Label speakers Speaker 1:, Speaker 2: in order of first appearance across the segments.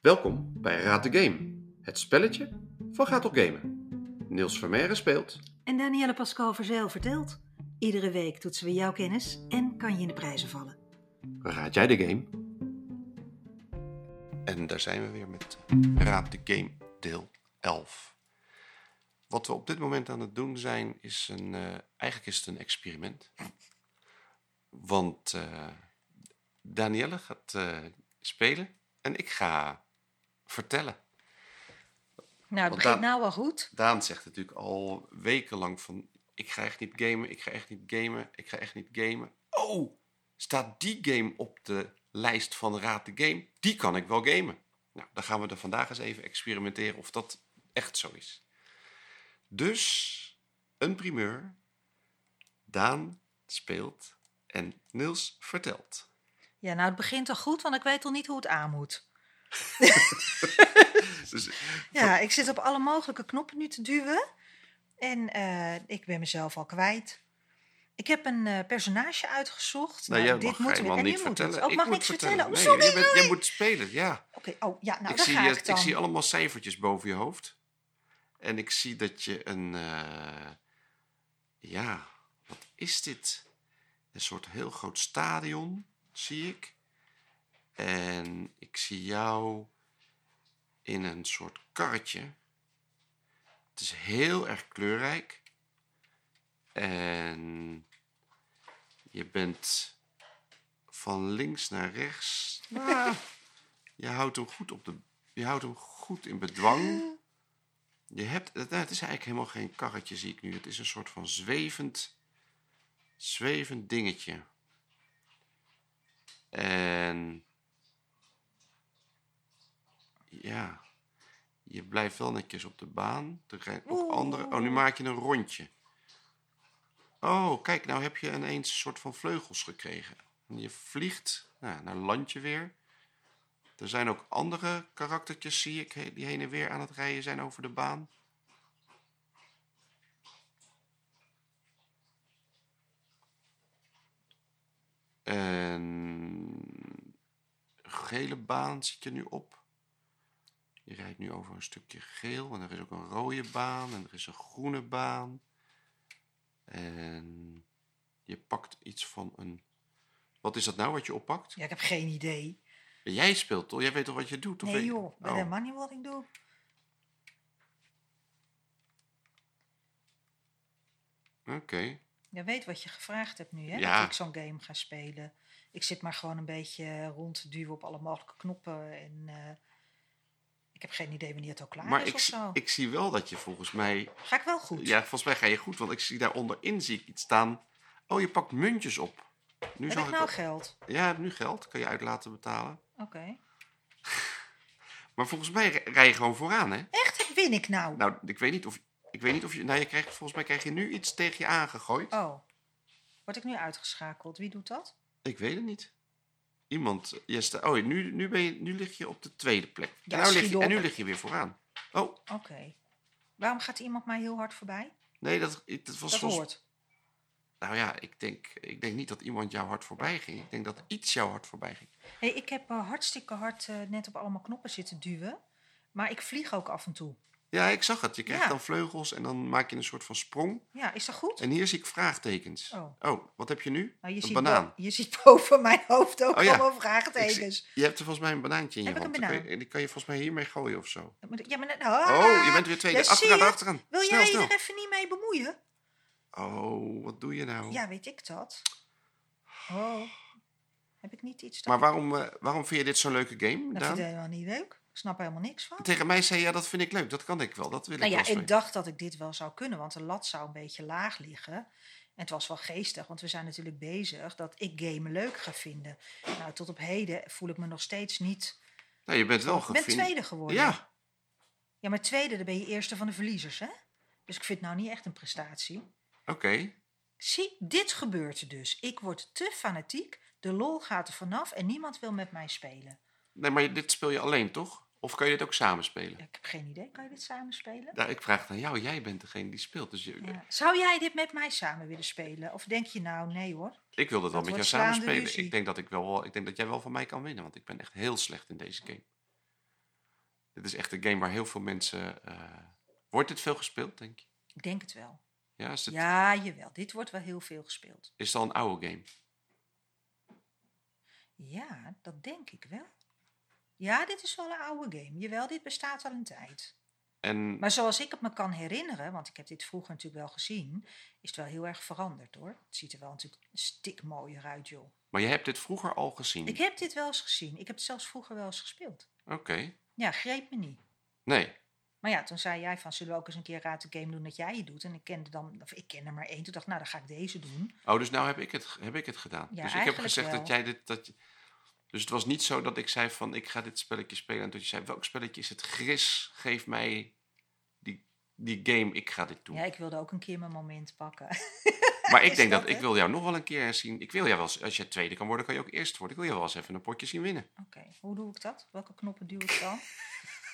Speaker 1: Welkom bij Raad de Game, het spelletje van Gaat op Gamen. Niels Vermeeren speelt.
Speaker 2: En Danielle Pascal Verzeel vertelt. Iedere week toetsen we jouw kennis en kan je in de prijzen vallen.
Speaker 1: Raad jij de game? En daar zijn we weer met Raad de Game deel 11. Wat we op dit moment aan het doen zijn, is een, eh, eigenlijk is het een experiment. Want eh Danielle gaat eh, spelen en ik ga vertellen.
Speaker 2: Nou, het
Speaker 1: Want
Speaker 2: begint
Speaker 1: daar-
Speaker 2: nou al goed.
Speaker 1: Daan zegt natuurlijk al wekenlang van... ik ga echt niet gamen, ik ga echt niet gamen, ik ga echt niet gamen. Oh, staat die game op de lijst van Raad de Game? Die kan ik wel gamen. Nou, dan gaan we er vandaag eens even experimenteren of dat echt zo is. Dus, een primeur. Daan speelt en Niels vertelt.
Speaker 2: Ja, nou, het begint al goed, want ik weet al niet hoe het aan moet.
Speaker 1: Dus,
Speaker 2: Ja, ik zit op alle mogelijke knoppen nu te duwen. En eh, ik ben mezelf al kwijt. Ik heb een eh, personage uitgezocht.
Speaker 1: nou, jij mag
Speaker 2: moeten we-
Speaker 1: helemaal
Speaker 2: en
Speaker 1: niet
Speaker 2: je moet het.
Speaker 1: vertellen.
Speaker 2: Oh, mag ik vertellen? Oh,
Speaker 1: Nee,
Speaker 2: sorry.
Speaker 1: jij, bent- jij moet spelen, ja.
Speaker 2: Oké, oh ja, nou,
Speaker 1: ik,
Speaker 2: daar
Speaker 1: zie,
Speaker 2: ga
Speaker 1: je-
Speaker 2: ik dan.
Speaker 1: zie allemaal cijfertjes boven je hoofd. En ik zie dat je een. eh, ja, wat is dit? Een soort heel groot stadion, zie ik. En ik zie jou in een soort karretje. Het is heel erg kleurrijk. En je bent van links naar rechts. Nou, je houdt hem goed op de. Je houdt hem goed in bedwang. Je hebt. Het, nou, het is eigenlijk helemaal geen karretje, zie ik nu. Het is een soort van zwevend. Zwevend dingetje. En. Ja. Je blijft wel netjes op de baan. Er zijn ook
Speaker 2: Oeh.
Speaker 1: andere. Oh, nu maak je een rondje. Oh, kijk, nou heb je ineens een soort van vleugels gekregen. En je vliegt nou, naar landje weer. Er zijn ook andere karaktertjes, zie ik, he- die heen en weer aan het rijden zijn over de baan. En gele baan zit je nu op. Je rijdt nu over een stukje geel en er is ook een rode baan en er is een groene baan. En je pakt iets van een. Wat is dat nou wat je oppakt?
Speaker 2: Ja, ik heb geen idee.
Speaker 1: Jij speelt toch? Jij weet toch wat je doet? Of
Speaker 2: Nee
Speaker 1: weet-
Speaker 2: joh, ik weet
Speaker 1: Oh.
Speaker 2: helemaal niet wat ik doe.
Speaker 1: Oké.
Speaker 2: Je weet wat je gevraagd hebt nu, hè?
Speaker 1: Ja.
Speaker 2: Dat ik zo'n game ga spelen. Ik zit maar gewoon een beetje rond te duwen op alle mogelijke knoppen. En eh, ik heb geen idee wanneer het al klaar
Speaker 1: Maar
Speaker 2: is
Speaker 1: ik,
Speaker 2: of
Speaker 1: zie-
Speaker 2: zo.
Speaker 1: ik zie wel dat je volgens mij...
Speaker 2: Ga ik wel goed?
Speaker 1: Ja, volgens mij ga je goed, want ik zie daar onderin zie ik iets staan. Oh, je pakt muntjes op. Nu
Speaker 2: heb
Speaker 1: zag
Speaker 2: ik nou
Speaker 1: wel-
Speaker 2: geld?
Speaker 1: Ja, je hebt nu geld. Kan je uit laten betalen.
Speaker 2: Oké.
Speaker 1: Maar volgens mij r- rij je gewoon vooraan, hè?
Speaker 2: Echt? Win ik nou?
Speaker 1: Nou, ik weet niet of... Ik weet niet of je... Nou, je krijgt, volgens mij krijg je nu iets tegen je aangegooid.
Speaker 2: Oh. Word ik nu uitgeschakeld? Wie doet dat?
Speaker 1: Ik weet het niet. Iemand... Je sta, oh, nu, nu, ben je, nu lig je op de tweede plek.
Speaker 2: Ja,
Speaker 1: en, nou lig
Speaker 2: schiet
Speaker 1: je, en
Speaker 2: op.
Speaker 1: nu lig je weer vooraan. Oh,
Speaker 2: Oké. Waarom gaat iemand mij heel hard voorbij?
Speaker 1: nee, dat, dat was
Speaker 2: Dat
Speaker 1: volgens
Speaker 2: hoort.
Speaker 1: Nou ja, ik denk, ik denk niet dat iemand jou hard voorbij ging. Ik denk dat iets jou hard voorbij ging.
Speaker 2: Hey, ik heb eh, hartstikke hard eh, net op allemaal knoppen zitten duwen. Maar ik vlieg ook af en toe.
Speaker 1: Ja, ik zag het. Je krijgt
Speaker 2: Ja.
Speaker 1: dan vleugels en dan maak je een soort van sprong.
Speaker 2: Ja, is dat goed?
Speaker 1: En hier zie ik vraagtekens.
Speaker 2: Oh.
Speaker 1: wat heb je nu?
Speaker 2: Nou, je,
Speaker 1: een
Speaker 2: ziet
Speaker 1: banaan.
Speaker 2: bo- je ziet boven mijn hoofd ook
Speaker 1: Oh ja.
Speaker 2: allemaal
Speaker 1: Ik
Speaker 2: vraagtekens.
Speaker 1: zie- je hebt er volgens mij een banaantje in
Speaker 2: Heb
Speaker 1: je
Speaker 2: ik een
Speaker 1: hand. Dan kan
Speaker 2: banaan?
Speaker 1: je- die kan je volgens mij hiermee gooien of zo.
Speaker 2: Maar de- Ja, maar net- ah,
Speaker 1: Oh, je bent weer tweede.
Speaker 2: daar zie
Speaker 1: achteraan,
Speaker 2: je.
Speaker 1: achteraan.
Speaker 2: Wil
Speaker 1: snel,
Speaker 2: jij
Speaker 1: snel.
Speaker 2: je er even niet mee bemoeien?
Speaker 1: Oh, wat doe je nou?
Speaker 2: Ja, weet ik dat. Oh, heb ik niet iets dat...
Speaker 1: maar waarom, eh, waarom vind je dit zo'n leuke game,
Speaker 2: dat
Speaker 1: Daan?
Speaker 2: vind ik helemaal niet leuk. Ik snap er helemaal niks van.
Speaker 1: Tegen mij zei je, ja, dat vind ik leuk. Dat kan ik wel. Dat wil
Speaker 2: Nou
Speaker 1: ik
Speaker 2: ja,
Speaker 1: wel
Speaker 2: ik
Speaker 1: spelen.
Speaker 2: dacht dat ik dit wel zou kunnen, want de lat zou een beetje laag liggen. En het was wel geestig, want we zijn natuurlijk bezig dat ik gamen leuk ga vinden. Nou, tot op heden voel ik me nog steeds niet...
Speaker 1: Nou, je bent wel
Speaker 2: Ik ben
Speaker 1: gevind.
Speaker 2: tweede geworden.
Speaker 1: Ja,
Speaker 2: ja, maar tweede, dan ben je eerste van de verliezers, hè? Dus ik vind het nou niet echt een prestatie.
Speaker 1: oké.
Speaker 2: Zie, dit gebeurt er dus. Ik word te fanatiek, de lol gaat er vanaf en niemand wil met mij spelen.
Speaker 1: Nee, maar dit speel je alleen, toch? Of kan je dit ook samen spelen?
Speaker 2: Ja, Ik heb geen idee, kan je dit samen spelen?
Speaker 1: Nou, ik vraag het aan jou. Jij bent degene die speelt. Dus je-
Speaker 2: Ja. Zou jij dit met mij samen willen spelen? Of denk je nou, nee hoor?
Speaker 1: ik wil dat wel
Speaker 2: Dat
Speaker 1: met jou
Speaker 2: wordt
Speaker 1: samen
Speaker 2: slaande
Speaker 1: spelen.
Speaker 2: ruzie.
Speaker 1: eh, Ik denk, dat ik, wel, ik denk dat jij wel van mij kan winnen. Want ik ben echt heel slecht in deze game. Dit is echt een game waar heel veel mensen... eh, wordt dit veel gespeeld, denk je?
Speaker 2: Ik denk het wel.
Speaker 1: Ja, is het,
Speaker 2: Ja, jawel. Dit wordt wel heel veel gespeeld.
Speaker 1: is het al een oude game?
Speaker 2: Ja, dat denk ik wel. Ja, dit is wel een oude game. Jawel, dit bestaat al een tijd.
Speaker 1: En
Speaker 2: Maar zoals ik het me kan herinneren, want ik heb dit vroeger natuurlijk wel gezien, is het wel heel erg veranderd hoor. Het ziet er wel natuurlijk stikmooier uit, joh.
Speaker 1: Maar je hebt dit vroeger al gezien?
Speaker 2: Ik heb dit wel eens gezien. Ik heb het zelfs vroeger wel eens gespeeld.
Speaker 1: Oké.
Speaker 2: Ja, greep me niet.
Speaker 1: Nee.
Speaker 2: Maar ja, toen zei jij van, zullen we ook eens een keer raad de game doen dat jij je doet? En ik kende dan, of ik kende maar één. Toen dacht ik, nou, dan ga ik deze doen.
Speaker 1: Oh, dus nou heb ik het, ge- heb ik het gedaan.
Speaker 2: Ja,
Speaker 1: dus ik heb
Speaker 2: eigenlijk
Speaker 1: gezegd
Speaker 2: wel.
Speaker 1: dat jij dit... Dat je- Dus het was niet zo dat ik zei van, ik ga dit spelletje spelen. En toen je zei, welk spelletje is het? Gris, geef mij die, die game, ik ga dit doen.
Speaker 2: Ja, ik wilde ook een keer mijn moment pakken.
Speaker 1: maar ik
Speaker 2: is
Speaker 1: denk dat,
Speaker 2: dat,
Speaker 1: ik
Speaker 2: hè?
Speaker 1: wil jou nog wel een keer zien. Ik wil jou wel eens, als je tweede kan worden, kan je ook eerst worden. Ik wil jou wel eens even een potje zien winnen.
Speaker 2: Oké, hoe doe ik dat? Welke knoppen duw ik dan?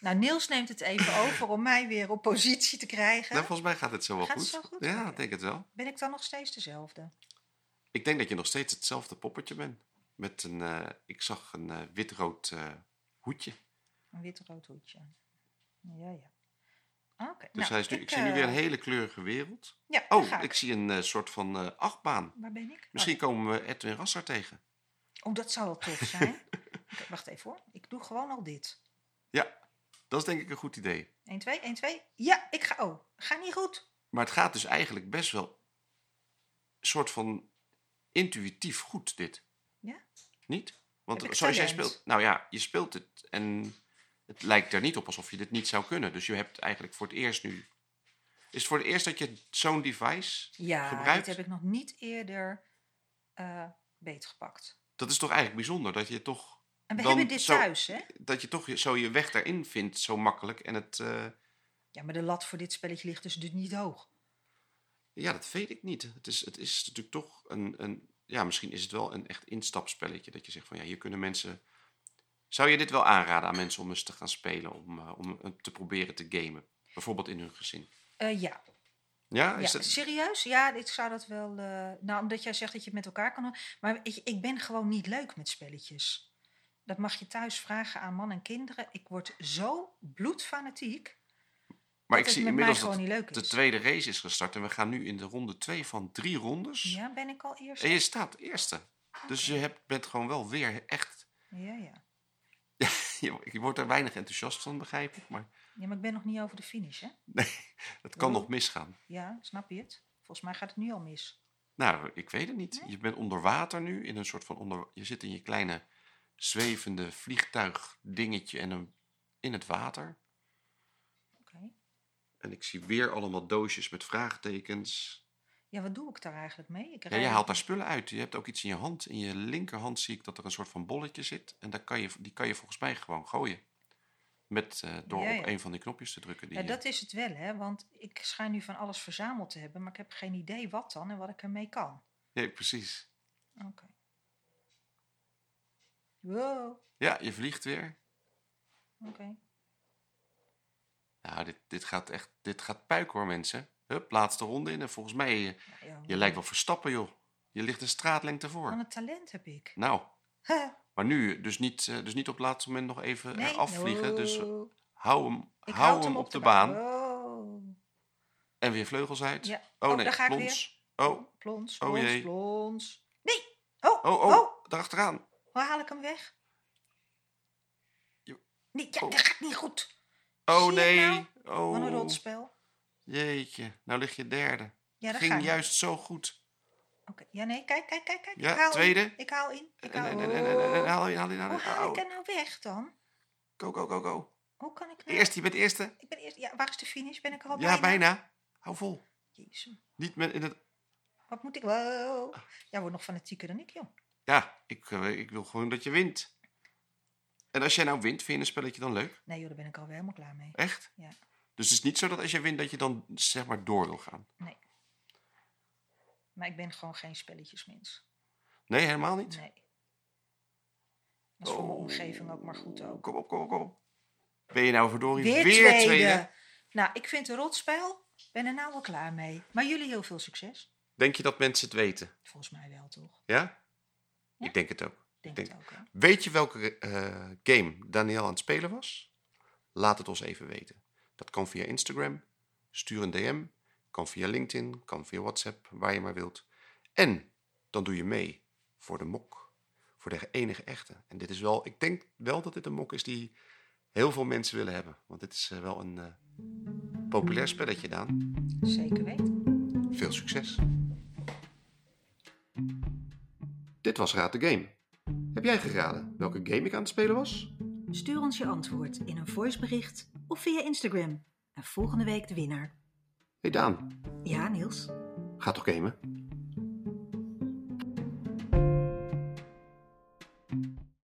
Speaker 2: nou, Niels neemt het even over om mij weer op positie te krijgen.
Speaker 1: Nou, volgens mij gaat het zo wel
Speaker 2: Gaat
Speaker 1: goed.
Speaker 2: het zo goed?
Speaker 1: Ja,
Speaker 2: Oké.
Speaker 1: ik denk het wel.
Speaker 2: Ben ik dan nog steeds dezelfde?
Speaker 1: Ik denk dat je nog steeds hetzelfde poppetje bent. Met een, eh, ik zag een eh, wit-rood eh, hoedje.
Speaker 2: Een wit-rood hoedje. Ja, ja. Oké.
Speaker 1: Dus
Speaker 2: nou,
Speaker 1: hij is nu, ik, zie nu
Speaker 2: eh,
Speaker 1: weer een hele kleurige wereld.
Speaker 2: Ja, daar ga
Speaker 1: Oh,
Speaker 2: ik. Oh.
Speaker 1: ik zie een eh, soort van eh, achtbaan.
Speaker 2: Waar ben ik?
Speaker 1: Misschien komen we Edwin Rasser tegen.
Speaker 2: Oh, oh, dat zou wel tof zijn. Oké, wacht even hoor. Ik doe gewoon al dit.
Speaker 1: Ja, dat is denk ik een goed idee.
Speaker 2: 1, 2, 1, 2. Ja, ik ga. Oh, ga niet goed.
Speaker 1: Maar het gaat dus eigenlijk best wel een soort van intuïtief goed, dit.
Speaker 2: Ja?
Speaker 1: Niet? Want
Speaker 2: Heb ik
Speaker 1: zoals jij
Speaker 2: talent?
Speaker 1: speelt... Nou ja, je speelt het en het lijkt er niet op alsof je dit niet zou kunnen. Dus je hebt eigenlijk voor het eerst nu... Is het voor het eerst dat je zo'n device
Speaker 2: Ja,
Speaker 1: gebruikt?
Speaker 2: dit heb ik nog niet eerder eh, beetgepakt.
Speaker 1: Dat is toch eigenlijk bijzonder, dat je toch...
Speaker 2: En we
Speaker 1: Dan
Speaker 2: hebben dit
Speaker 1: zo-
Speaker 2: thuis, hè?
Speaker 1: Dat je toch je- zo je weg daarin vindt, zo makkelijk. En het... eh,
Speaker 2: Ja, maar de lat voor dit spelletje ligt dus dus niet hoog.
Speaker 1: Ja, dat weet ik niet. Het is, het is natuurlijk toch een, een. Ja, misschien is het wel een echt instapspelletje. Dat je zegt van ja, hier kunnen mensen. Zou je dit wel aanraden aan mensen om eens te gaan spelen? Om, eh, om het te proberen te gamen? Bijvoorbeeld in hun gezin.
Speaker 2: Eh, ja,
Speaker 1: Ja,
Speaker 2: ja
Speaker 1: Oh, is dat.
Speaker 2: serieus? Ja, ik zou dat wel... eh, nou, omdat jij zegt dat je het met elkaar kan... doen. Maar ik, ik ben gewoon niet leuk met spelletjes. Dat mag je thuis vragen aan man en kinderen. Ik word zo bloedfanatiek
Speaker 1: Maar
Speaker 2: dat
Speaker 1: ik
Speaker 2: het
Speaker 1: zie
Speaker 2: met mij
Speaker 1: inmiddels
Speaker 2: gewoon
Speaker 1: dat
Speaker 2: niet leuk
Speaker 1: de
Speaker 2: is.
Speaker 1: tweede race is gestart. En we gaan nu in de ronde twee van drie rondes.
Speaker 2: Ja, ben ik al eerst?
Speaker 1: En je staat eerste. Dus je hebt, bent gewoon wel weer echt.
Speaker 2: Ja, ja.
Speaker 1: Je, je wordt er weinig enthousiast van, begrijp ik. Maar
Speaker 2: Ja, maar ik ben nog niet over de finish, hè?
Speaker 1: het kan
Speaker 2: Oeh.
Speaker 1: nog misgaan.
Speaker 2: Ja, snap je het? Volgens mij gaat het nu al mis.
Speaker 1: Nou, ik weet het niet. Je bent onder water nu, in een soort van onder... Je zit in je kleine zwevende vliegtuigdingetje en een... in het water.
Speaker 2: Oké.
Speaker 1: En ik zie weer allemaal doosjes met vraagtekens.
Speaker 2: Ja, wat doe ik daar eigenlijk mee? Ik
Speaker 1: Ja, je
Speaker 2: rij-
Speaker 1: haalt daar spullen uit. Je hebt ook iets in je hand. In je linkerhand zie ik dat er een soort van bolletje zit. En daar kan je, die kan je volgens mij gewoon gooien. Met, eh, door
Speaker 2: Ja,
Speaker 1: op
Speaker 2: ja.
Speaker 1: een van die knopjes te drukken. Die,
Speaker 2: Ja,
Speaker 1: je-
Speaker 2: dat is het wel, hè? Want ik schijn nu van alles verzameld te hebben, maar ik heb geen idee wat dan en wat ik ermee kan.
Speaker 1: Ja, precies.
Speaker 2: Oké. Wow, oké.
Speaker 1: Ja, je vliegt weer. Nou, dit, dit gaat echt... Dit gaat puik hoor, mensen. Hup, laatste ronde in. En volgens mij... eh,
Speaker 2: Ja, ja,
Speaker 1: Je lijkt wel verstappen, joh. Je ligt een straatlengte voor.
Speaker 2: Wat een talent heb ik.
Speaker 1: Nou,
Speaker 2: Huh,
Speaker 1: maar nu, dus niet, eh, dus niet op het laatste moment nog even eh,
Speaker 2: nee,
Speaker 1: afvliegen. Dus
Speaker 2: no.
Speaker 1: hou hem,
Speaker 2: Ik
Speaker 1: hou
Speaker 2: houd
Speaker 1: hem op, de baan.
Speaker 2: Wow.
Speaker 1: En weer vleugels uit.
Speaker 2: Ja.
Speaker 1: Oh
Speaker 2: Oh,
Speaker 1: nee,
Speaker 2: daar ga ik
Speaker 1: plons. Oh,
Speaker 2: Plons,
Speaker 1: Oh,
Speaker 2: plons,
Speaker 1: jee.
Speaker 2: plons. Nee! Oh,
Speaker 1: oh, oh, daarachteraan.
Speaker 2: Hoe haal ik hem weg?
Speaker 1: Jo-
Speaker 2: Nee, ja,
Speaker 1: Oh.
Speaker 2: dat gaat niet goed. Zie
Speaker 1: Oh
Speaker 2: je
Speaker 1: nee.
Speaker 2: nou? Wat een
Speaker 1: Oh,
Speaker 2: rotspel.
Speaker 1: jeetje. Nou lig je derde.
Speaker 2: Ja, dat
Speaker 1: Ging
Speaker 2: gaat niet.
Speaker 1: juist zo goed.
Speaker 2: Oké, Ja, nee, kijk, kijk, kijk, kijk.
Speaker 1: Ja,
Speaker 2: ik haal
Speaker 1: tweede.
Speaker 2: In. Ik haal in. Ik
Speaker 1: En,
Speaker 2: haal
Speaker 1: en, en, en, en, en,
Speaker 2: Oh,
Speaker 1: haal je, haal je, haal je.
Speaker 2: Hoe haal ik
Speaker 1: Au.
Speaker 2: er nou weg dan?
Speaker 1: Go, go, go, go.
Speaker 2: Hoe kan ik nou...
Speaker 1: Eerst, je bent eerste.
Speaker 2: Ik ben eerst... Ja, waar is de finish? Ben ik er al
Speaker 1: Ja, bijna. Hou vol.
Speaker 2: Jezus,
Speaker 1: Niet met in het...
Speaker 2: wat moet ik... Wow. Jij wordt nog fanatieker dan ik, joh.
Speaker 1: Ja, ik, eh, ik wil gewoon dat je wint. En als jij nou wint, vind je een spelletje dan leuk?
Speaker 2: Nee, joh, daar ben ik al helemaal klaar mee.
Speaker 1: Echt?
Speaker 2: Ja.
Speaker 1: Dus het is niet zo dat als je wint dat je dan zeg maar door wil gaan.
Speaker 2: Maar ik ben gewoon geen spelletjesmens.
Speaker 1: Nee, helemaal niet.
Speaker 2: Nee. Dat is voor mijn
Speaker 1: Oh.
Speaker 2: omgeving ook maar goed ook.
Speaker 1: Kom op, kom op, kom op. Ben je nou verdorie weer,
Speaker 2: Weer,
Speaker 1: tweede?
Speaker 2: tweede. Nou, ik vind het een rotspel. Ben er nou wel klaar mee. Maar jullie heel veel succes.
Speaker 1: Denk je dat mensen het weten?
Speaker 2: Volgens mij wel, toch?
Speaker 1: Ja?
Speaker 2: Ja.
Speaker 1: Ik denk het ook.
Speaker 2: Denk,
Speaker 1: Denk-
Speaker 2: het ook, hè?
Speaker 1: Weet je welke eh, game Daniel aan het spelen was? Laat het ons even weten. Dat kan via Instagram, stuur een DM, kan via LinkedIn, kan via WhatsApp, waar je maar wilt. En dan doe je mee voor de mok, voor de enige echte. En dit is wel, ik denk wel dat dit een mok is die heel veel mensen willen hebben. Want dit is eh, wel een eh, populair spelletje, Daan.
Speaker 2: Zeker weten.
Speaker 1: Veel succes. Dit was Raad de Game. Heb jij geraden welke game ik aan het spelen was?
Speaker 2: Stuur ons je antwoord in een voicebericht of via Instagram. En volgende week de winnaar.
Speaker 1: Hey Daan,
Speaker 2: Ja, Niels.
Speaker 1: ga toch gamen?